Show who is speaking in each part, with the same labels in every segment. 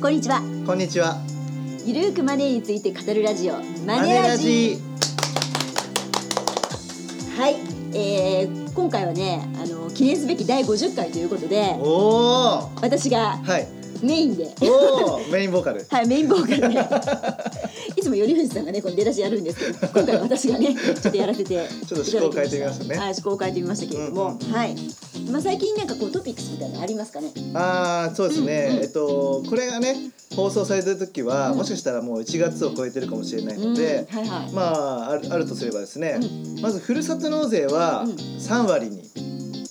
Speaker 1: こんにちは
Speaker 2: こんにちは。
Speaker 1: ゆるーくマネーについて語るラジオマ
Speaker 2: マ
Speaker 1: ネ
Speaker 2: ネ
Speaker 1: ラ
Speaker 2: ラ
Speaker 1: ジ
Speaker 2: ジ
Speaker 1: はい、えー、今回はねあの記念すべき第50回ということで
Speaker 2: ー。おお。
Speaker 1: 私が
Speaker 2: はい。
Speaker 1: メインで
Speaker 2: おお。メインボーカ ル。
Speaker 1: はい、メインボーカル でいつも頼藤さんがねこの出だしやるんですけど今回は私がねちょっとやらせていただきました
Speaker 2: ちょっと趣向を変えてみましたね
Speaker 1: はい趣向を変えてみましたけれども、
Speaker 2: うんうんうん
Speaker 1: はい、まあ、最近なんかこうトピックスみたいなのありますかね
Speaker 2: ああ、そうですね。
Speaker 1: うんうん
Speaker 2: えっとこれがね放送されてる時は、
Speaker 1: うん
Speaker 2: もしかしたらもう1月を超えてるかもしれない
Speaker 1: うん
Speaker 2: ので、
Speaker 1: はいはい、
Speaker 2: まああるあるとすればですね、まずふるさと納税は
Speaker 1: うん
Speaker 2: 3割に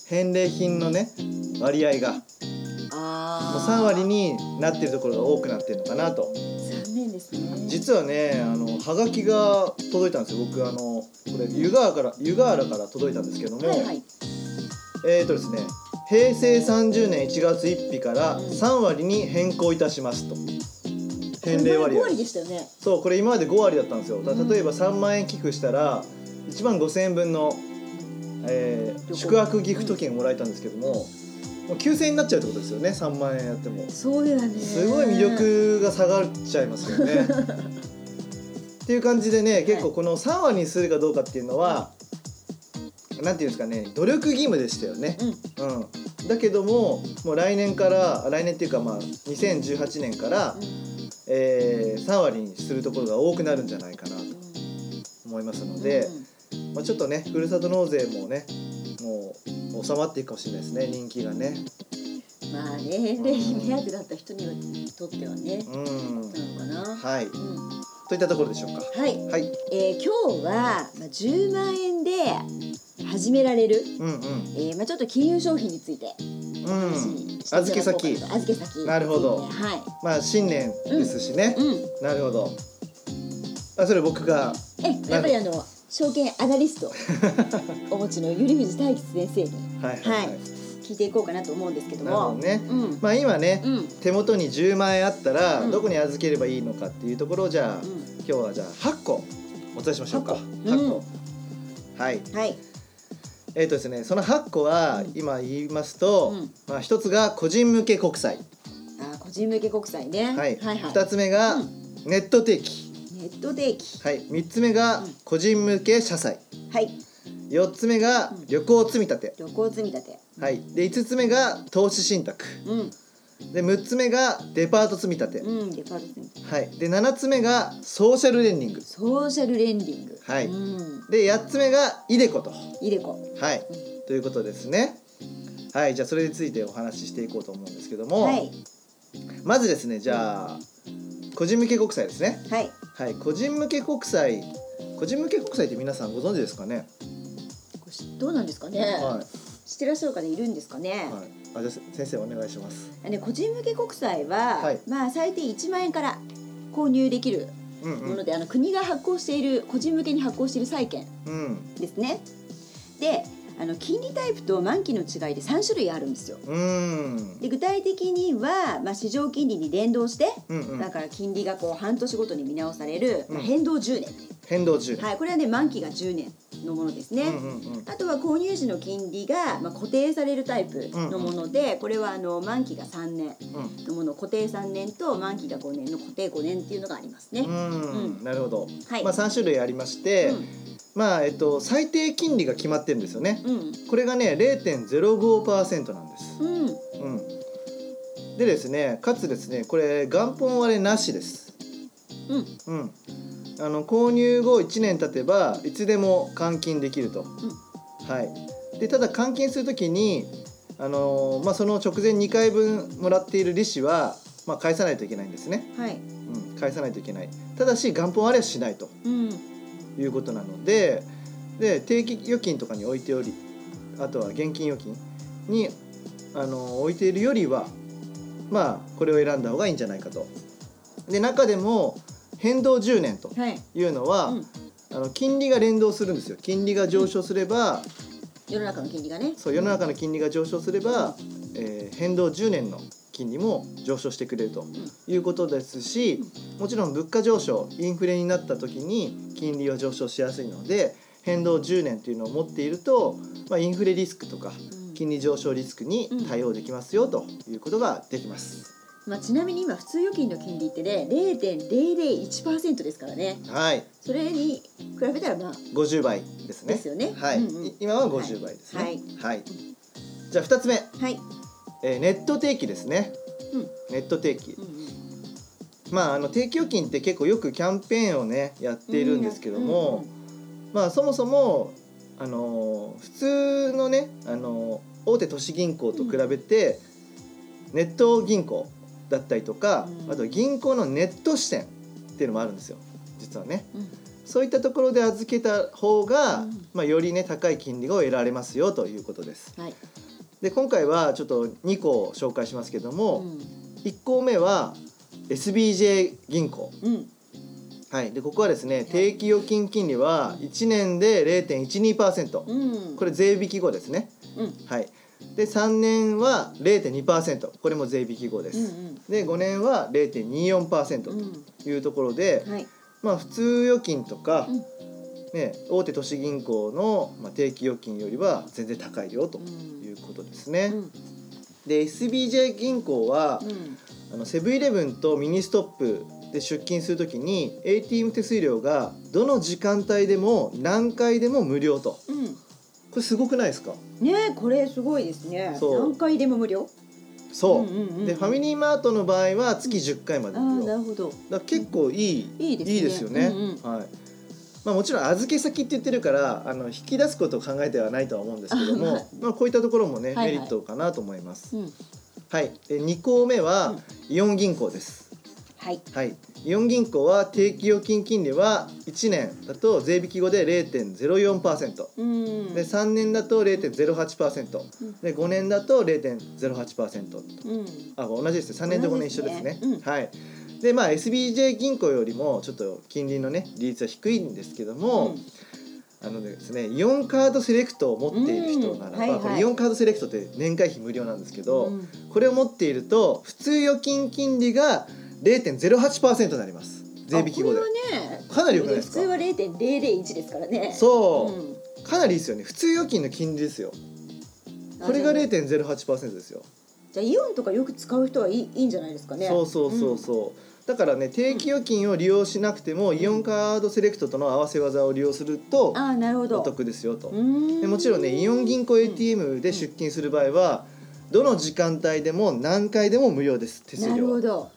Speaker 2: 返礼品のね割合がもう
Speaker 1: ああ
Speaker 2: 3割になってるところが多くなってるのかなと。
Speaker 1: 残念ですね
Speaker 2: 実はねあのハガキが届いたんですよ僕あのこれ湯河原から湯河原から届いたんですけども、
Speaker 1: はいはい
Speaker 2: えーとですね平成30年1月1日から3割に変更いたしますと返礼割
Speaker 1: こ
Speaker 2: 合
Speaker 1: の前5割でしたよね
Speaker 2: そうこれ今まで5割だったんですよだ
Speaker 1: うん
Speaker 2: 例えば3万円寄付したら1万5000円分の、えー
Speaker 1: 旅行
Speaker 2: 宿泊ギフト券もらえたんですけどももう9000円になっちゃうってことですよね3万円やっても
Speaker 1: そうだね
Speaker 2: すごい魅力が下がっちゃいます よね。っていう感じでね結構この3割にするかどうかっていうのは何ていうんですかね努力義務でしたよね。
Speaker 1: うん
Speaker 2: うん、だけどももう来年から来年っていうかまあ2018年から、えー3割にするところが多くなるんじゃないかなと思います
Speaker 1: う
Speaker 2: の
Speaker 1: ん
Speaker 2: で
Speaker 1: う、ん
Speaker 2: まあ、ちょっとねふるさと納税もねもう収まっていくかもしれないですね人気がね。
Speaker 1: まあね返礼品目当てだった人にはとってはね
Speaker 2: うん
Speaker 1: なのかな、
Speaker 2: はい、
Speaker 1: うん
Speaker 2: といったところでしょうか。
Speaker 1: はい、
Speaker 2: はい、
Speaker 1: えー今日は、まあ、10万円で始められる、
Speaker 2: うんうん
Speaker 1: えーまあ、ちょっと金融商品について
Speaker 2: う
Speaker 1: お話
Speaker 2: ん、
Speaker 1: ししていただこうかなと、
Speaker 2: 預け先
Speaker 1: 預け先
Speaker 2: なるほど
Speaker 1: については
Speaker 2: まあ新年ですしね
Speaker 1: い、、うん、
Speaker 2: なるほどあそれ僕が
Speaker 1: えやっぱりあの証券アナリ ストお持ちのゆりふじ大吉先生に
Speaker 2: はいはい、はい
Speaker 1: はい聞いていこうかなと思うんですけど
Speaker 2: なるほど
Speaker 1: も、
Speaker 2: ね
Speaker 1: うん、
Speaker 2: まあ今ね、
Speaker 1: うん、うん、
Speaker 2: 手元に10万円あったら、
Speaker 1: うん
Speaker 2: どこに預ければいいのかっていうところをじゃあ、今日はじゃあ8個お伝えしましょうか
Speaker 1: 8個
Speaker 2: 八個、はい
Speaker 1: はい、
Speaker 2: えっ、とですねその8個
Speaker 1: う
Speaker 2: は
Speaker 1: ん
Speaker 2: 今言いますと、
Speaker 1: うん
Speaker 2: まあ一つが個人向け国債、
Speaker 1: あー個人向け国債ね、
Speaker 2: はい二
Speaker 1: はいはい、
Speaker 2: つ目が
Speaker 1: うん
Speaker 2: ネット定期、
Speaker 1: ネット定期、
Speaker 2: はい3つ目が
Speaker 1: うん
Speaker 2: 個人向け社債
Speaker 1: はい、
Speaker 2: 4つ目が
Speaker 1: うん
Speaker 2: 旅行積み立て、
Speaker 1: 旅行積み立て、
Speaker 2: はい、で5つ目が投資信託
Speaker 1: うん、
Speaker 2: で6つ目がデパート積み立て、
Speaker 1: うん、デパート積み立て、
Speaker 2: はい、で7つ目がソーシャルレンディング
Speaker 1: ソーシャルレンディング、
Speaker 2: はい
Speaker 1: うん、
Speaker 2: で8つ目がイデコと、
Speaker 1: イデコ。
Speaker 2: はい、ということですねはいじゃあそれについてお話ししていこうと思うんですけども、
Speaker 1: はい
Speaker 2: まずですねじゃあ個人向け国債ですね
Speaker 1: はい
Speaker 2: はい個人向け国債個人向け国債って皆さんご存知ですかね、
Speaker 1: これしどうなんですかね、
Speaker 2: は
Speaker 1: 知ってらっしゃる方いるんですかね
Speaker 2: い、はい、あじゃあ先生お願いします
Speaker 1: あね個人向け国債は、
Speaker 2: はい
Speaker 1: まあ最低1万円から購入できる
Speaker 2: うん
Speaker 1: も
Speaker 2: う
Speaker 1: の
Speaker 2: ん
Speaker 1: で、あの国が発行している個人向けに発行している債券
Speaker 2: うん
Speaker 1: ですねであの金利タイプと満期の違いで3種類あるんですよ
Speaker 2: うん
Speaker 1: で具体的には、まあ、市場金利に連動して、
Speaker 2: うんうん
Speaker 1: だから金利がこう半年ごとに見直される、まあ
Speaker 2: うん
Speaker 1: 変動10年ってい
Speaker 2: 変動中、
Speaker 1: う、はい、これはね満期が10年のものですね、
Speaker 2: うんうんうん
Speaker 1: あとは購入時の金利が、まあ、固定されるタイプのもので、これはあの満期が3年
Speaker 2: うん
Speaker 1: のもの固定3年と満期が5年の固定5年っていうのがありますね。
Speaker 2: うん
Speaker 1: う
Speaker 2: なるほど、
Speaker 1: はい、
Speaker 2: まあ、3種類ありまして、まあえっと、最低金利が決まってるんですよね
Speaker 1: うんうん
Speaker 2: これがね0.05%なんです、
Speaker 1: うん、
Speaker 2: うん、でですねかつですねこれ元本割れなしです、
Speaker 1: うん
Speaker 2: うん、あの購入後1年経てばいつでも換金できると、はい、でただ換金するときに、あのーまあ、その直前2回分もらっている利子は、まあ、返さないといけないんですね、
Speaker 1: はい、
Speaker 2: うん、返さないといけないただし元本割れはしないと
Speaker 1: うん、
Speaker 2: いうことなのでで定期預金とかに置いておりあとは現金預金にあの置いているよりはまあこれを選んだ方がいいんじゃないかと。で中でも変動10年と
Speaker 1: はい、
Speaker 2: いうのは、
Speaker 1: うん
Speaker 2: あの金利が連動するんですよ金利が上昇すれば、
Speaker 1: 世の中の金利がね、
Speaker 2: そう世の中の金利が上昇すれば、えー変動10年の金利も上昇してくれるということですし、もちろん物価上昇インフレになった時に金利は上昇しやすいので変動10年というのを持っていると、まあ、インフレリスクとか
Speaker 1: うん
Speaker 2: 金利上昇リスクに対応できますよということができます。
Speaker 1: まあ、ちなみに今普通預金の金利ってね0.001%ですからね
Speaker 2: はい
Speaker 1: それに比べたらまあ
Speaker 2: 50倍ですね
Speaker 1: ですよね
Speaker 2: はい、
Speaker 1: うんうん
Speaker 2: い今は50倍ですね
Speaker 1: はい
Speaker 2: はいじゃあ2つ目、
Speaker 1: はい、
Speaker 2: えーネット定期ですね、
Speaker 1: うん
Speaker 2: ネット定期
Speaker 1: うんうん
Speaker 2: まああの定期預金って結構よくキャンペーンをねやっているんですけども、
Speaker 1: うんうん
Speaker 2: まあそもそもあのー普通のねあのー大手都市銀行と比べて、ネット銀行だったりとか、
Speaker 1: うん
Speaker 2: あと銀行のネット支店っていうのもあるんですよ実はね。
Speaker 1: うん
Speaker 2: そういったところで預けた方が、
Speaker 1: うん
Speaker 2: まあよりね高い金利が得られますよということです。
Speaker 1: はい、
Speaker 2: で今回はちょっと2個を紹介しますけど
Speaker 1: う
Speaker 2: も、
Speaker 1: ん
Speaker 2: 1個目は SBJ 銀行。
Speaker 1: うん
Speaker 2: はい、でここはですね定期預金金利は1年で0.12%、
Speaker 1: うん、
Speaker 2: これ税引き後ですね、
Speaker 1: うん
Speaker 2: はい、で3年は0.2%これも税引き後
Speaker 1: う
Speaker 2: で
Speaker 1: ん
Speaker 2: す、で5年は
Speaker 1: う
Speaker 2: 0.24%
Speaker 1: ん
Speaker 2: というところで、
Speaker 1: うん、はい、
Speaker 2: まあ普通預金とか、
Speaker 1: うん
Speaker 2: ね、大手都市銀行の、まあ、定期預金よりは全然高いよと
Speaker 1: うん
Speaker 2: いうことですね、
Speaker 1: うん
Speaker 2: で SBJ 銀行は、
Speaker 1: うん
Speaker 2: あのセブンイレブンとミニストップで出勤するときに ATM 手数料がどの時間帯でも何回でも無料と
Speaker 1: うん
Speaker 2: これすごくないですか
Speaker 1: ねえこれすごいですね
Speaker 2: そう
Speaker 1: 何回でも無料
Speaker 2: そう、
Speaker 1: んんん
Speaker 2: でファミリーマートの場合は月10回まで
Speaker 1: あー
Speaker 2: 無
Speaker 1: な
Speaker 2: 料だ
Speaker 1: る
Speaker 2: か
Speaker 1: ほど
Speaker 2: ら結構いい、
Speaker 1: いいですね
Speaker 2: いいですよね、
Speaker 1: うんうん
Speaker 2: はいまあ、もちろん預け先って言ってるからあの引き出すことを考えてはないとは思うんですけ
Speaker 1: あ
Speaker 2: ど
Speaker 1: は
Speaker 2: も
Speaker 1: い、
Speaker 2: まあ、こういったところも
Speaker 1: は
Speaker 2: ね、
Speaker 1: いはい
Speaker 2: メリットかなと思います。
Speaker 1: うん
Speaker 2: はい、で2項目は、
Speaker 1: うん
Speaker 2: イオン銀行です。
Speaker 1: はい
Speaker 2: はい、イオン銀行は定期預金金利は1年だと税引き後で0.04%、
Speaker 1: うん
Speaker 2: で3年だと0.08%、
Speaker 1: うん
Speaker 2: で5年だと0.08%と
Speaker 1: うん
Speaker 2: あ同じですね3年と5年一緒ですね
Speaker 1: 同じですねうん
Speaker 2: はいでまあ SBJ 銀行よりもちょっと金利のね利率は低いんですけども、あのですねイオンカードセレクトを持っている人な
Speaker 1: う
Speaker 2: らば、
Speaker 1: んはいはい
Speaker 2: これイオンカードセレクトって年会費無料なんですけど、
Speaker 1: うん
Speaker 2: これを持っていると普通預金金利が0.08%になります税引き後で
Speaker 1: あこれはね
Speaker 2: かなり良くないです
Speaker 1: 普
Speaker 2: か
Speaker 1: 通は0.001ですからね
Speaker 2: そう、
Speaker 1: ん
Speaker 2: かなりいいですよね普通預金の金利ですよこれが
Speaker 1: あじゃあ
Speaker 2: 0.08%ですよ、
Speaker 1: じゃあイオンとかよく使う人はいいいいんじゃないですかね
Speaker 2: そうそうそうそう、だからね定期預金を利用しなくても、イオンカードセレクトとの合わせ技を利用すると
Speaker 1: ああなるほど
Speaker 2: お得ですよと、
Speaker 1: うん
Speaker 2: でもちろんねイオン銀行 ATM で出金する場合は、どの時間帯でも何回でも無料です手数料
Speaker 1: な
Speaker 2: は
Speaker 1: るほど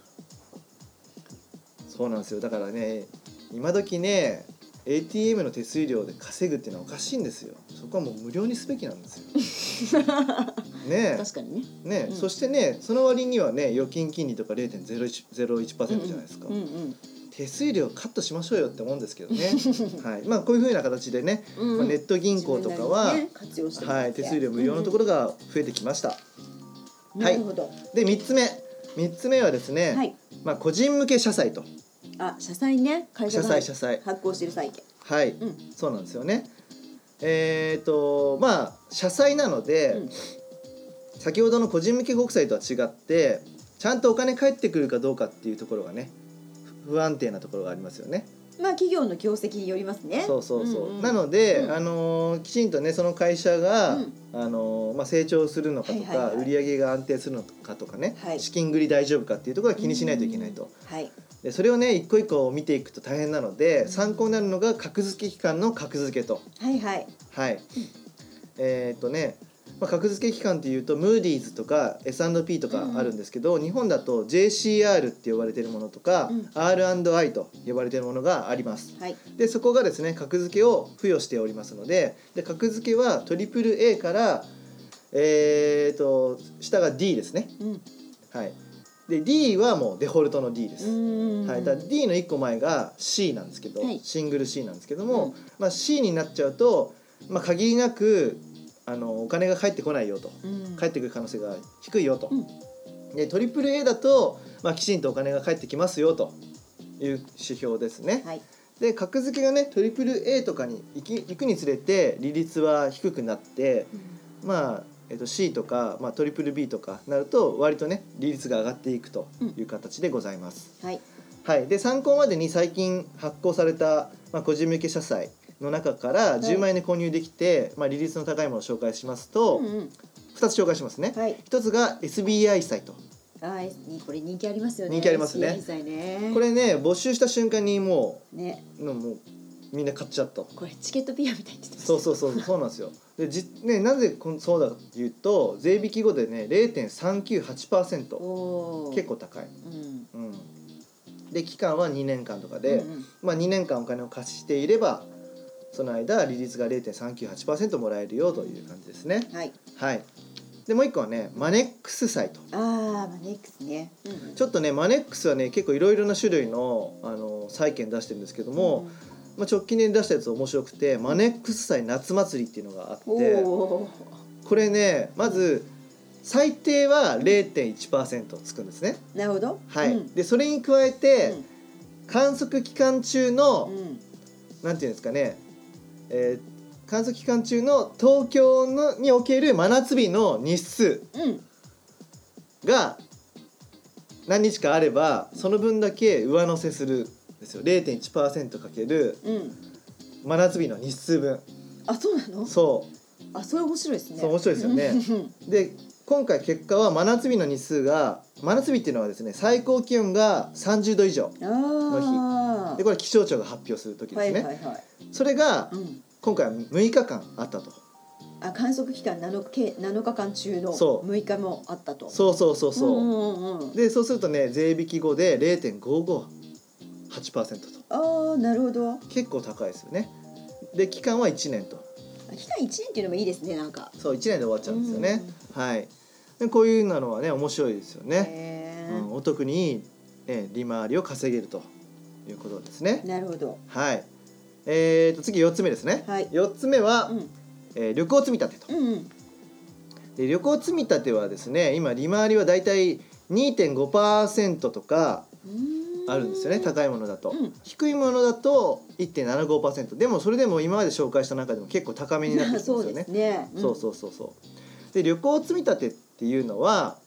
Speaker 2: そうなんですよだからね今時ね ATM の手数料で稼ぐっていうのはおかしいんですよそこはもう無料にすべきなんですよ ね
Speaker 1: 確かにね
Speaker 2: えねえ、
Speaker 1: うん
Speaker 2: そしてねその割にはね預金金利とか0.01%じゃないですか、
Speaker 1: うんうん
Speaker 2: 手数料カットしましょうよって思うんですけ どね、はい、まあこういうふうな形でね、
Speaker 1: うん
Speaker 2: まあ、ネット銀行とかは、
Speaker 1: 自分なりにね活用してもらっ
Speaker 2: は
Speaker 1: て
Speaker 2: い、手数料無料のところが増えてきました、
Speaker 1: うん
Speaker 2: はい
Speaker 1: なるほど
Speaker 2: で3つ目3つ目はですね、
Speaker 1: はい
Speaker 2: まあ、個人向け社債と
Speaker 1: あ社債ね会社
Speaker 2: 社
Speaker 1: が
Speaker 2: 債社債
Speaker 1: 発行してる債券
Speaker 2: はい、
Speaker 1: うん
Speaker 2: そうなんですよね。えっ、とまあ社債なので、
Speaker 1: うん
Speaker 2: 先ほどの個人向け国債とは違ってちゃんとお金返ってくるかどうかっていうところがね不不安定なところがありますよね。
Speaker 1: まあ企業の業績によりますね
Speaker 2: そうそうそう。
Speaker 1: んん
Speaker 2: なので、
Speaker 1: うん
Speaker 2: あのーきちんとねその会社が、
Speaker 1: うん
Speaker 2: あのーまあ成長するのかとか、
Speaker 1: はいはいはい
Speaker 2: 売り上げが安定するのかとかね、
Speaker 1: はい
Speaker 2: 資金繰り大丈夫かっていうところは気にしないといけないと。
Speaker 1: はい
Speaker 2: でそれをね一個一個見ていくと大変なので、
Speaker 1: ん
Speaker 2: 参考になるのが格付け機関の格付けと。
Speaker 1: はいはい
Speaker 2: はい、えーっとね、まあ、格付け機関っていうとムーディーズとか S&P とかあるんですけど、日本だと JCR って呼ばれてるものとか、
Speaker 1: うん
Speaker 2: R&I と呼ばれてるものがあります
Speaker 1: はい
Speaker 2: でそこがですね格付けを付与しておりますのでで格付けは AAA からえー、と下が D ですね
Speaker 1: うん
Speaker 2: はいで D はもうデフォルトの D です、
Speaker 1: うん
Speaker 2: はい、だから D の1個前が C なんですけど、
Speaker 1: はい
Speaker 2: シングル C なんですけども、
Speaker 1: うん
Speaker 2: まあ、C になっちゃうと、まあ、限りなくあのお金が返ってこないよと
Speaker 1: うん
Speaker 2: 返ってくる可能性が低いよと、
Speaker 1: うん
Speaker 2: で AAA だと、まあ、きちんとお金が返ってきますよという指標ですね。
Speaker 1: はい
Speaker 2: で格付けがね AAA とかに行き行くにつれて利率は低くなって、まあえっと C とか、まあ、BBB とかなると割とね利率が上がっていくという形でございます。
Speaker 1: はい
Speaker 2: はい、で参考までに最近発行された、まあ、個人向け社債の中から10万円で購入できて、まあ、利率の高いものを紹介しますと、
Speaker 1: うんうん
Speaker 2: 2つ紹介しますね、
Speaker 1: はい
Speaker 2: 1つが SBI 債と
Speaker 1: あいこれ人気ありますよね。
Speaker 2: 人気ありますね
Speaker 1: 資源祭ね
Speaker 2: これね募集した瞬間にも
Speaker 1: ね、
Speaker 2: うのもうみんな買っちゃった
Speaker 1: これチケットピアみたいに言ってた。
Speaker 2: そうそうそうそうなんですよでじ、ね、なぜこんそうだかっていうと税引き後でね0.398%
Speaker 1: おー
Speaker 2: 結構高い、
Speaker 1: うん。
Speaker 2: うん、で期間は2年間とかで、
Speaker 1: うんうん
Speaker 2: まあ、2年間お金を貸していればその間利率が0.398%もらえるよという感じですね
Speaker 1: はい。
Speaker 2: はいでもう一個はねマネックスサイト
Speaker 1: ああ、まあ、ネックスね。うんうん
Speaker 2: ちょっとねマネックスはね結構いろいろな種類のあの債券出してるんですけども、まあ、直近で出したやつ面白くてマネックス債夏祭りっていうのがあって
Speaker 1: うんおー
Speaker 2: これねまず最低は0.1%つくんですね
Speaker 1: なるほど。
Speaker 2: はい、
Speaker 1: うん
Speaker 2: でそれに加えて、観測期間中の、
Speaker 1: うん
Speaker 2: なんていうんですかね、えー観測期間中の東京のにおける真夏日の日数
Speaker 1: うん。
Speaker 2: が何日かあればその分だけ上乗せするんですよ 0.1%×
Speaker 1: うん。
Speaker 2: 真夏日の日数分
Speaker 1: あ、そうなの。
Speaker 2: そ
Speaker 1: あ、それ面白いですね。
Speaker 2: そう面白いですよね
Speaker 1: うん
Speaker 2: うで今回結果は真夏日の日数が真夏日っていうのはですね最高気温が30度以上
Speaker 1: ああ。
Speaker 2: でこれ気象庁が発表する時ですね、
Speaker 1: はいはいはい。
Speaker 2: それが
Speaker 1: うん。
Speaker 2: 今回は6日間あったと
Speaker 1: あ、観測期間7日、7日間中の
Speaker 2: そう
Speaker 1: 6日もあったと。
Speaker 2: そうそうそうそう、
Speaker 1: うんうんうんうん、
Speaker 2: でそうするとね税引き後で0.558%と
Speaker 1: ああ、なるほど。
Speaker 2: 結構高いですよねで期間は1年と
Speaker 1: 期間一年っていうのもいいですね、なんか。
Speaker 2: そう1年で終わっちゃうんですよね、はいでこういうのはね面白いですよね、
Speaker 1: へ
Speaker 2: う
Speaker 1: ー
Speaker 2: ん、お得にいい、えー利回りを稼げるということですね
Speaker 1: なるほど。
Speaker 2: はいえー、と次4つ目ですね、
Speaker 1: はい
Speaker 2: 4つ目は、
Speaker 1: うん、
Speaker 2: えー旅行積み立てと
Speaker 1: うん、うん、
Speaker 2: で旅行積み立てはですね今利回りはだいたい2.5%とかあるんですよね高いものだと、
Speaker 1: うん
Speaker 2: 低いものだと1.75%でもそれでも今まで紹介した中でも結構高めになってきてます
Speaker 1: そ
Speaker 2: よ
Speaker 1: うで
Speaker 2: ね
Speaker 1: すね。ん
Speaker 2: そうそうそうそうで旅行積み立てっていうのは、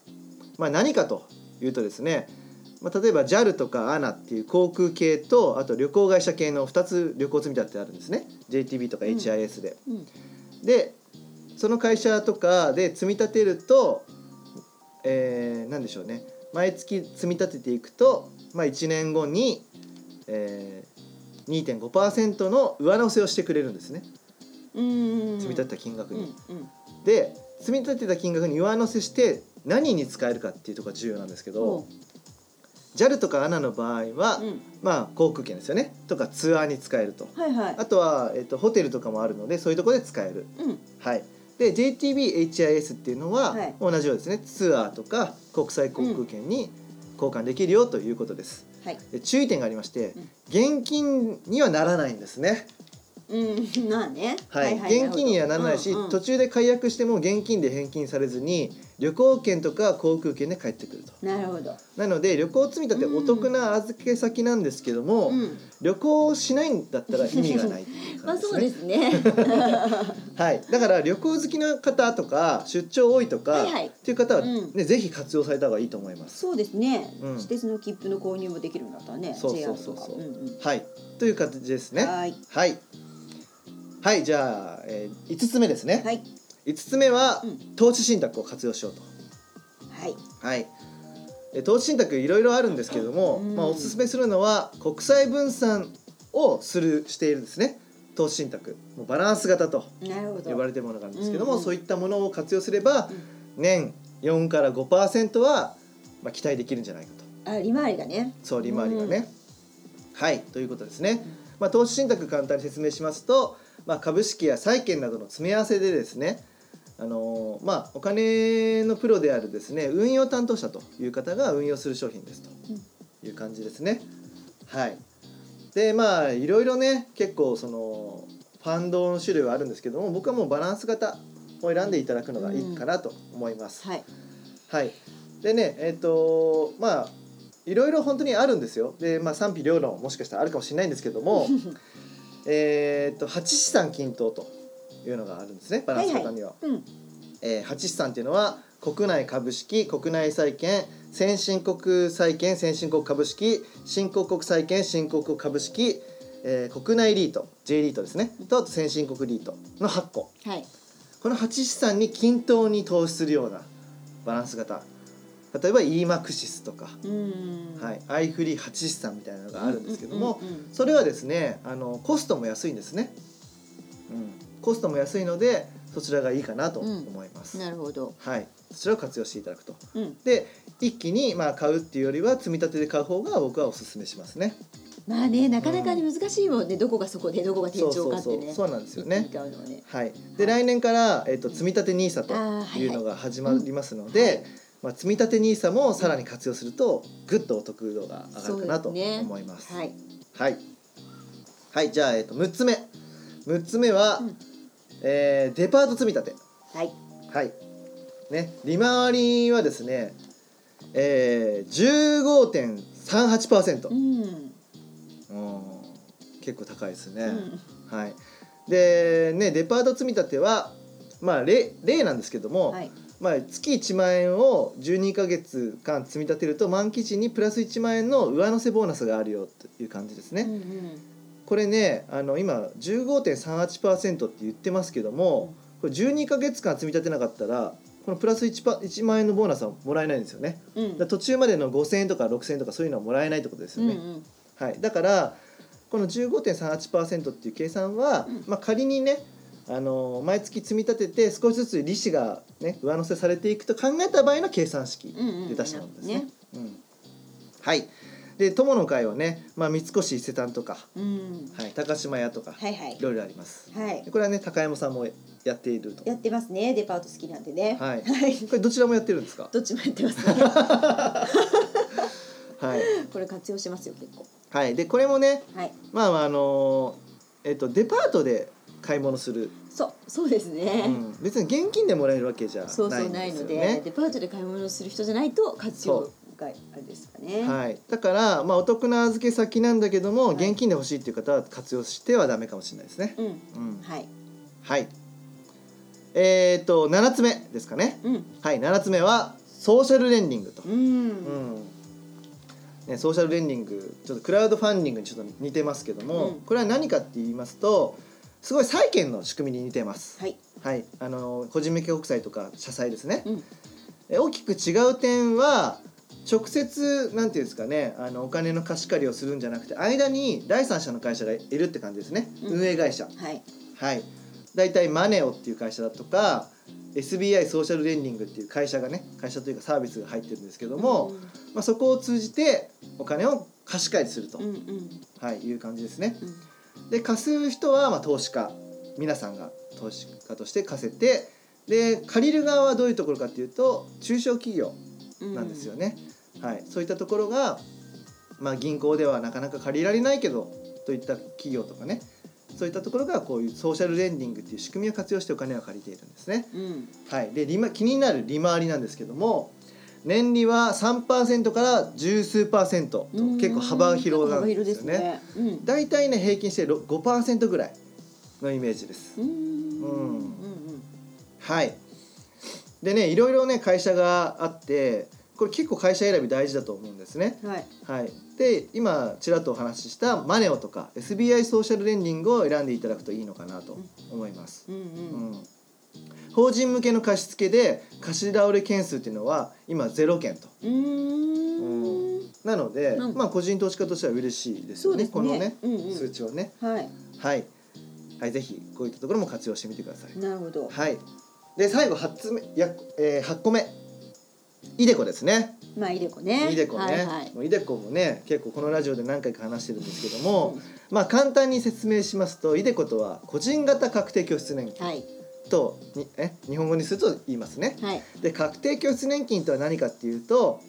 Speaker 2: まあ、何かというとですね、まあ、例えば JAL とか ANA っていう航空系とあと旅行会社系の2つ旅行積み立てあるんですね JTB とか
Speaker 1: うん
Speaker 2: HIS で、
Speaker 1: うん、
Speaker 2: でその会社とかで積み立てると、えー、何でしょうね毎月積み立てていくと、まあ、1年後に、えー、2.5%の上乗せをしてくれるんですね
Speaker 1: うん、
Speaker 2: 積み立てた金
Speaker 1: う
Speaker 2: 額
Speaker 1: ん、
Speaker 2: に。
Speaker 1: うん、
Speaker 2: で積み立てた金額に上乗せして何に使えるかっていうところが重要なんですけど JAL とか ANA の場合は、
Speaker 1: うん、
Speaker 2: まあ、航空券ですよねとかツアーに使えると
Speaker 1: はいはい。
Speaker 2: あとは、えっとホテルとかもあるのでそういうところで使える。
Speaker 1: うん、
Speaker 2: はい、で JTBHIS っていうのは
Speaker 1: はい
Speaker 2: 同じようですね、ツアーとか国際航空券に交換できるよということです。
Speaker 1: はい。
Speaker 2: で注意点がありまして、
Speaker 1: うん
Speaker 2: 現金にはならないんですね。
Speaker 1: うん、 まあね。
Speaker 2: はい、現金にはならないし、
Speaker 1: うんうん
Speaker 2: 途中で解約しても現金で返金されずに旅行券とか航空券で帰ってくると。
Speaker 1: なるほど。
Speaker 2: なので旅行積み立てお得な預け先なんですけども、
Speaker 1: うん、
Speaker 2: 旅行をしないんだったら意味がないっていう
Speaker 1: ま
Speaker 2: 感
Speaker 1: あ
Speaker 2: じです
Speaker 1: そ
Speaker 2: ね。
Speaker 1: うですね。
Speaker 2: はい、だから旅行好きな方とか出張多いとか、
Speaker 1: はいはい
Speaker 2: っていう方は、ね
Speaker 1: うん
Speaker 2: ぜひ活用された方がいいと思います。
Speaker 1: そうですね。
Speaker 2: うん
Speaker 1: 私鉄の切符の購入もできるんだったらね。
Speaker 2: そうそ
Speaker 1: JR
Speaker 2: うそう
Speaker 1: とか
Speaker 2: そ
Speaker 1: う
Speaker 2: う
Speaker 1: んうん
Speaker 2: はい、という形ですね。
Speaker 1: はーい
Speaker 2: はい、はいじゃあ、えー、5つ目ですね、
Speaker 1: はい
Speaker 2: 5つ目は、
Speaker 1: うん
Speaker 2: 投資信託を活用しようと。
Speaker 1: はい。
Speaker 2: はいえー投資信託いろいろあるんですけども、
Speaker 1: うん
Speaker 2: まあ、おすすめするのは国際分散をするしているんですね投資信託もうバランス型と
Speaker 1: なるほど。
Speaker 2: 呼ばれてるものがあるんですけども、
Speaker 1: うんうん
Speaker 2: そういったものを活用すれば、年4から5%は、まあ、期待できるんじゃないかと
Speaker 1: あ利回りがね。
Speaker 2: そう利回りがね。はいということですね
Speaker 1: ん。
Speaker 2: まあ、投資信託簡単に説明しますと、まあ、株式や債券などの詰め合わせでですねあのーまあ、お金のプロであるですね運用担当者という方が運用する商品ですという感じですね。はい、でまあいろいろね結構そのファンドの種類はあるんですけども僕はもうバランス型を選んでいただくのがいいかなと思います。
Speaker 1: はい。
Speaker 2: はい、でねえっ、とまあいろいろ本当にあるんですよで、まあ、賛否両論もしかしたらあるかもしれないんですけど もえっと8資産均等というのがあるんですねバランス型には。
Speaker 1: うん
Speaker 2: えー8資産っていうのは国内株式国内債券先進国債券先進国株式新興国債券新興国株式、えー国内リート J リートですねとあと先進国リートの8個
Speaker 1: はい。
Speaker 2: この8資産に均等に投資するようなバランス型例えば e マクシスとか、
Speaker 1: うん
Speaker 2: はい、アイフリー8資産みたいなのがあるんですけども、
Speaker 1: うんうんうん
Speaker 2: それはですねあのコストも安いんですね、うん、コストも安いのでそちらがいいかなと思います、
Speaker 1: うんなるほど、
Speaker 2: はい、そちらを活用していただくと
Speaker 1: うん、
Speaker 2: で一気にまあ買うっていうよりは積み立てで買う方が僕はおすすめしますね
Speaker 1: まあねなかなかね難しいもんねどこがそこでどこが天
Speaker 2: そう
Speaker 1: 井
Speaker 2: そ
Speaker 1: か
Speaker 2: う
Speaker 1: っ
Speaker 2: そ
Speaker 1: て
Speaker 2: う
Speaker 1: ね
Speaker 2: そうなんですよ
Speaker 1: 一気
Speaker 2: ね
Speaker 1: に買うのはね
Speaker 2: はい、で来年から、えっと積み立て NISA
Speaker 1: あー
Speaker 2: と
Speaker 1: はい
Speaker 2: い
Speaker 1: は
Speaker 2: う
Speaker 1: い
Speaker 2: のが始まりますので、まあ、積み立て NISA もさらに活用するとぐっとお得度が上がるかなと
Speaker 1: そうですね
Speaker 2: 思います。
Speaker 1: はい
Speaker 2: はい、はい、じゃあ、えっと6つ目6つ目は、
Speaker 1: うん
Speaker 2: えーデパート積み立て
Speaker 1: はい
Speaker 2: はいね利回りはですね、えー、15.38%、
Speaker 1: う
Speaker 2: うん
Speaker 1: ん
Speaker 2: 結構高いですね。
Speaker 1: うん
Speaker 2: はい、で、ね、デパート積み立ては、まあ、例例なんですけども、
Speaker 1: はい
Speaker 2: まあ、月1万円を12ヶ月間積み立てると満期時にプラス1万円の上乗せボーナスがあるよという感じですね。
Speaker 1: うんうん
Speaker 2: これねあの今15.38%って言ってますけどもこれ12ヶ月間積み立てなかったらこのプラス 1, パ1万円のボーナスはもらえないんですよね。
Speaker 1: うん
Speaker 2: だから途中までの5,000円とか6,000円とかそういうのはもらえないってことですよ
Speaker 1: うん
Speaker 2: ね。
Speaker 1: うん
Speaker 2: はい、だからこの15.38%っていう計算は、
Speaker 1: うん
Speaker 2: まあ、仮にねあの毎月積み立てて少しずつ利子が、ね、上乗せされていくと考えた場合の計算式
Speaker 1: うんうん
Speaker 2: で出したものですね。うんはい、で友の会はね、まあ、三越伊勢丹とか、
Speaker 1: うん
Speaker 2: はい、高島屋とか、
Speaker 1: はいはい
Speaker 2: い、ろいろあります。
Speaker 1: はい
Speaker 2: でこれはね高山さんもやっていると。
Speaker 1: やってますねデパート好きなんでね
Speaker 2: はい
Speaker 1: はい
Speaker 2: これどちらもやってるんですか。
Speaker 1: どっちもやってます ね
Speaker 2: はい、
Speaker 1: これ活用しますよ結構
Speaker 2: はい、でこれもね
Speaker 1: はい
Speaker 2: まあまああのーえっとデパートで買い物する
Speaker 1: そうそうですね、
Speaker 2: うん別に現金でもらえるわけじゃないんです
Speaker 1: そ
Speaker 2: よ
Speaker 1: う
Speaker 2: ね。
Speaker 1: そうないのでデパートで買い物をする人じゃないと活用があれですかね。
Speaker 2: はい、だから、まあ、お得な預け先なんだけども、
Speaker 1: はい
Speaker 2: 現金で欲しいっていう方は活用してはダメかもしれないですね。
Speaker 1: うん、
Speaker 2: うん、
Speaker 1: はい、
Speaker 2: はい。えっ、と7つ目ですかね。
Speaker 1: うん、
Speaker 2: はい7つ目はソーシャルレンディングと。
Speaker 1: う、
Speaker 2: うんんね、ソーシャルレンディングちょっとクラウドファンディングにちょっと似てますけども、
Speaker 1: うん
Speaker 2: これは何かって言いますとすごい債券の仕組みに似てます。
Speaker 1: はい、
Speaker 2: はい、あの個人向け国債とか社債ですね。
Speaker 1: うん、
Speaker 2: え大きく違う点は直接なんていうんですかねあのお金の貸し借りをするんじゃなくて間に第三者の会社がいるって感じですね、
Speaker 1: うん
Speaker 2: 運営会社
Speaker 1: はい、
Speaker 2: はい大体マネオっていう会社だとか SBI ソーシャルレンディングっていう会社がね会社というかサービスが入ってるんですけども、まあ、そこを通じてお金を貸し借りすると、
Speaker 1: うん、うん、うん、
Speaker 2: はい、いう感じですね
Speaker 1: うん、
Speaker 2: で貸す人はまあ投資家皆さんが投資家として貸せてで借りる側はどういうところかっていうと中小企業
Speaker 1: うん
Speaker 2: なんですよ。ね。はい、そういったところが、まあ、銀行ではなかなか借りられないけどといった企業とかねそういったところがこういうソーシャルレンディングっていう仕組みを活用してお金を借りているんですね。
Speaker 1: うん、
Speaker 2: はい、で利回気になる利回りなんですけども年利は3%から十数パーセント
Speaker 1: う
Speaker 2: と
Speaker 1: ん
Speaker 2: 結構幅広なん
Speaker 1: 結構幅広
Speaker 2: で
Speaker 1: ですす
Speaker 2: よね。
Speaker 1: ね。うん、
Speaker 2: だいたいね平均してろ5%ぐらいのイメージです。
Speaker 1: うん、
Speaker 2: う
Speaker 1: うんん、うん、
Speaker 2: はい。でねいろいろね会社があってこれ結構会社選び大事だと思うんですね。
Speaker 1: うん、はい、
Speaker 2: はい、で今ちらっとお話ししたマネオとか SBI ソーシャルレンディングを選んでいただくといいのかなと思います、
Speaker 1: うん、
Speaker 2: う
Speaker 1: うん、
Speaker 2: ん法人向けの貸し付けで貸し倒れ件数っていうのは今0件と
Speaker 1: うーん、
Speaker 2: なので、
Speaker 1: うん
Speaker 2: まあ、個人投資家としては嬉しいです
Speaker 1: そ
Speaker 2: よ
Speaker 1: う
Speaker 2: ね
Speaker 1: です
Speaker 2: この
Speaker 1: ね
Speaker 2: ね。
Speaker 1: うん、
Speaker 2: 数
Speaker 1: う
Speaker 2: 値をね
Speaker 1: ん、はい、
Speaker 2: はい、はい、ぜひこういったところも活用してみてください、
Speaker 1: なるほど。
Speaker 2: はいで最後8つ目や、えー、8個目イデコですね
Speaker 1: まあイデコね。
Speaker 2: イデコね、
Speaker 1: はいはい
Speaker 2: もうイデコもね結構このラジオで何回か話してるんですけども、
Speaker 1: うん
Speaker 2: まあ簡単に説明しますとイデコとは個人型確定拠出年金
Speaker 1: はい、
Speaker 2: とにえ日本語にすると言いますね。
Speaker 1: はい、
Speaker 2: で確定拠出年金とは何かっていうと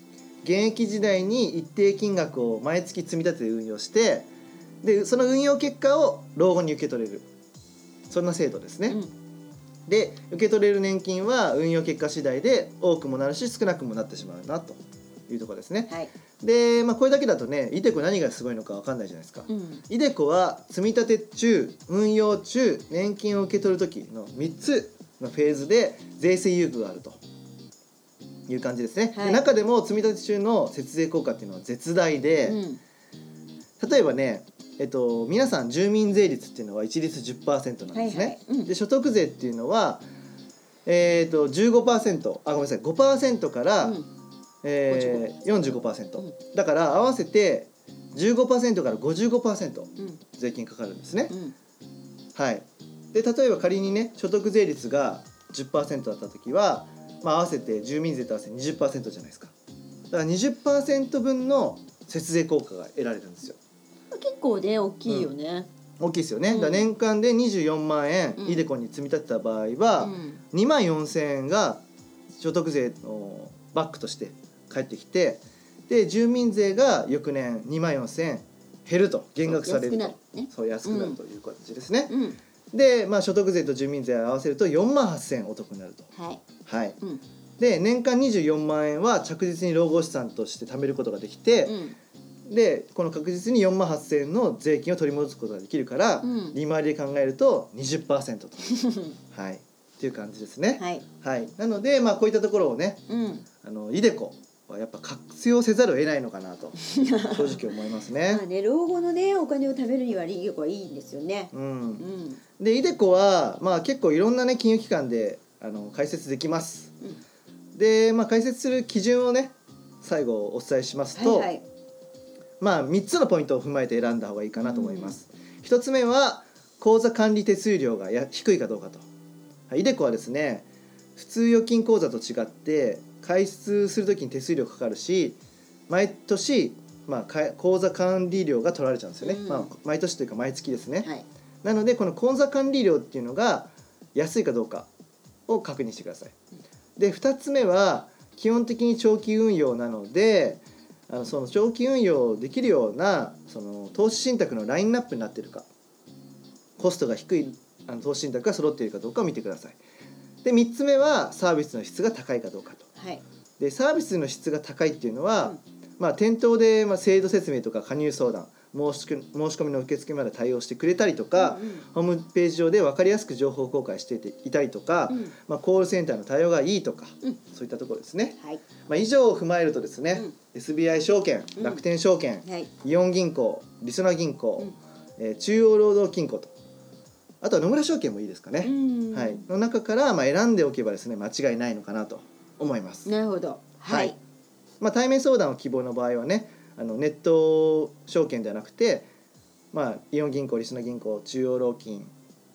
Speaker 2: 現役時代に一定金額を毎月積み立てて運用してでその運用結果を老後に受け取れるそんな制度ですね。
Speaker 1: うん
Speaker 2: で受け取れる年金は運用結果次第で多くもなるし少なくもなってしまうなというところですね。
Speaker 1: はい、
Speaker 2: で、まあ、これだけだとねイデコ何がすごいのか分かんないじゃないですか、
Speaker 1: うん、
Speaker 2: イデコは積み立て中運用中年金を受け取る時の3つのフェーズで税制優遇があるという感じですね、
Speaker 1: はい
Speaker 2: で中でも積み立て中の節税効果っていうのは絶大で、
Speaker 1: うん、
Speaker 2: 例えばねえっと、皆さん住民税率っていうのは一律10%なんですね、
Speaker 1: はいはいうん
Speaker 2: で所得税っていうのは、えー、と15%あごめんなさい5%から、
Speaker 1: うん
Speaker 2: えー、45%、
Speaker 1: うん
Speaker 2: だから合わせて15%から55%
Speaker 1: うん
Speaker 2: 税金かかるんですね
Speaker 1: う、ん
Speaker 2: はいで例えば仮にね所得税率が10%だった時は、まあ、合わせて住民税と合わせて20%じゃないですかだから20%分の節税効果が得られるんですよ
Speaker 1: 結構ね大きいよね。
Speaker 2: 大きいですよね、
Speaker 1: うん
Speaker 2: だから年間で24万円、
Speaker 1: うん
Speaker 2: イデコンに積み立てた場合
Speaker 1: う
Speaker 2: は、
Speaker 1: ん
Speaker 2: 2万4,000円が所得税のバックとして返ってきてで住民税が翌年2万4,000円減ると減額される
Speaker 1: 安く
Speaker 2: と
Speaker 1: なるね。
Speaker 2: そう安くな
Speaker 1: う
Speaker 2: る
Speaker 1: ん
Speaker 2: という形ですね、
Speaker 1: うん
Speaker 2: で、まあ、所得税と住民税を合わせると4万8,000円お得になると
Speaker 1: はい。
Speaker 2: はい
Speaker 1: うん
Speaker 2: で年間24万円は着実に老後資産として貯めることができて
Speaker 1: う、ん
Speaker 2: でこの確実に4万8,000円の税金を取り戻すことができるから、
Speaker 1: うん
Speaker 2: 利回りで考えると20%とはいっていう感じですね。
Speaker 1: はい。
Speaker 2: はい、なので、まあ、こういったところをね
Speaker 1: うん。
Speaker 2: あのイデコはやっぱ活用せざるを得ないのかなと正直思いま す
Speaker 1: まあ
Speaker 2: ね。
Speaker 1: ね老後のねお金を貯めるには利益はいいんですよね。
Speaker 2: う、
Speaker 1: うんん
Speaker 2: でイデコは、まあ、結構いろんなね金融機関であの解説できます。
Speaker 1: う
Speaker 2: で、まあ、解説する基準をね最後お伝えします
Speaker 1: ん。
Speaker 2: と、
Speaker 1: はいはい。
Speaker 2: まあ、3つのポイントを踏まえて選んだ方がいいかなと思います。一つ目は口座管理手数料がや低いかどうかと。はいイデコはですね普通預金口座と違って開出するときに手数料かかるし毎年、まあか、口座管理料が取られちゃうんですよね、
Speaker 1: うん
Speaker 2: まあ、毎年というか毎月ですね、
Speaker 1: はい。
Speaker 2: なのでこの口座管理料っていうのが安いかどうかを確認してください。で2つ目は基本的に長期運用なのであのその長期運用できるようなその投資信託のラインナップになってるかコストが低いあの投資信託が揃っているかどうかを見てください。で3つ目はサービスの質が高いかどうかと。
Speaker 1: はい。
Speaker 2: でサービスの質が高いっていうのは、
Speaker 1: うん
Speaker 2: まあ、店頭で、まあ、制度説明とか加入相談申し込み申し込みの受付まで対応してくれたりとか、
Speaker 1: うんうん
Speaker 2: ホームページ上で分かりやすく情報公開していたりとか、
Speaker 1: うん
Speaker 2: まあ、コールセンターの対応がいいとか、
Speaker 1: うん
Speaker 2: そういったところですね、
Speaker 1: はい。
Speaker 2: まあ、以上を踏まえるとですね、SBI 証券
Speaker 1: うん
Speaker 2: 楽天証券、
Speaker 1: はい。
Speaker 2: イオン銀行りそな銀
Speaker 1: う
Speaker 2: 行
Speaker 1: ん、
Speaker 2: えー中央労働金庫とあとは野村証券もいいですか
Speaker 1: う
Speaker 2: ね、
Speaker 1: ん
Speaker 2: はい、の中からまあ選んでおけばですね間違いないのかなと思います。
Speaker 1: なるほど。はい。
Speaker 2: まあ、対面相談を希望の場合はねあのネット証券ではなくて、まあ、イオン銀行リスナ銀行中央老金、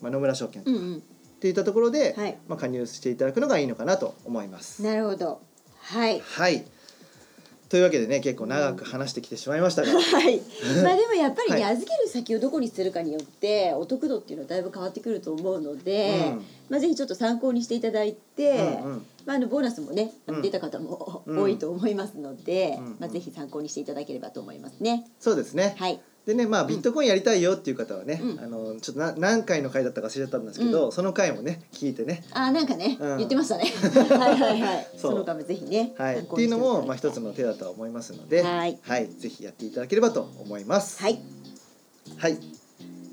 Speaker 2: まあ、野村証券
Speaker 1: う
Speaker 2: と
Speaker 1: んうん。
Speaker 2: いったところで、
Speaker 1: はい。
Speaker 2: まあ、加入していただくのがいいのかなと思います。
Speaker 1: なるほど。はい。
Speaker 2: はいというわけでね結構長く話してきてしまいましたが、
Speaker 1: はい。まあでもやっぱりね、
Speaker 2: は
Speaker 1: 預ける先をどこにするかによってお得度っていうのはだいぶ変わってくると思うので、
Speaker 2: うん
Speaker 1: まあぜひちょっと参考にしていただいて、
Speaker 2: うんうん
Speaker 1: まああのボーナスもね、あの
Speaker 2: うん
Speaker 1: 出た方も
Speaker 2: うん
Speaker 1: 多いと思いますので、
Speaker 2: うんうん
Speaker 1: まあぜひ参考にしていただければと思いますね。
Speaker 2: そうですね、
Speaker 1: はい。
Speaker 2: でねまあビットコインやりたいよっていう方はね、
Speaker 1: うん
Speaker 2: あのちょっとな何回の回だったか忘れちゃったんですけど、その回もね聞いてね
Speaker 1: あーなんかね、
Speaker 2: うん
Speaker 1: 言ってましたね。 はいはいはい。
Speaker 2: そ
Speaker 1: そうのためぜひね、
Speaker 2: はい、っ
Speaker 1: 参考
Speaker 2: てい
Speaker 1: に
Speaker 2: う
Speaker 1: してい
Speaker 2: の
Speaker 1: ただ
Speaker 2: も、
Speaker 1: き
Speaker 2: まあ、一つの手だとは思いますので、
Speaker 1: はい
Speaker 2: ぜひやっていただければと思います。
Speaker 1: はい。
Speaker 2: はい、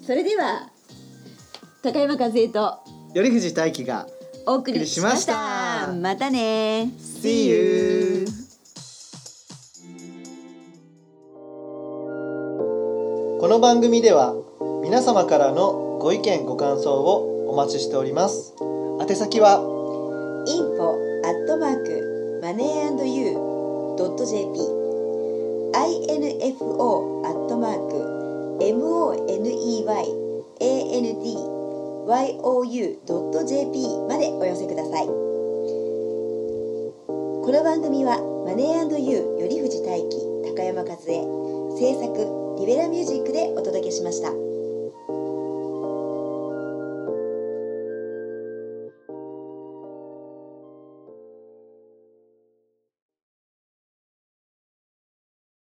Speaker 1: それでは高山和恵と
Speaker 2: 頼藤大輝が
Speaker 1: お送りしました。
Speaker 2: お送りしました
Speaker 1: またね。
Speaker 2: See you!
Speaker 1: See
Speaker 2: この番組では皆様からのご意見ご感想をお待ちしております。宛先は
Speaker 1: info at mark moneyandyou.jp info at mark moneyandyou.jp までお寄せくださいこの番組はマネーユー頼藤大輝高山和恵制作リベラミュージックでお届けしました。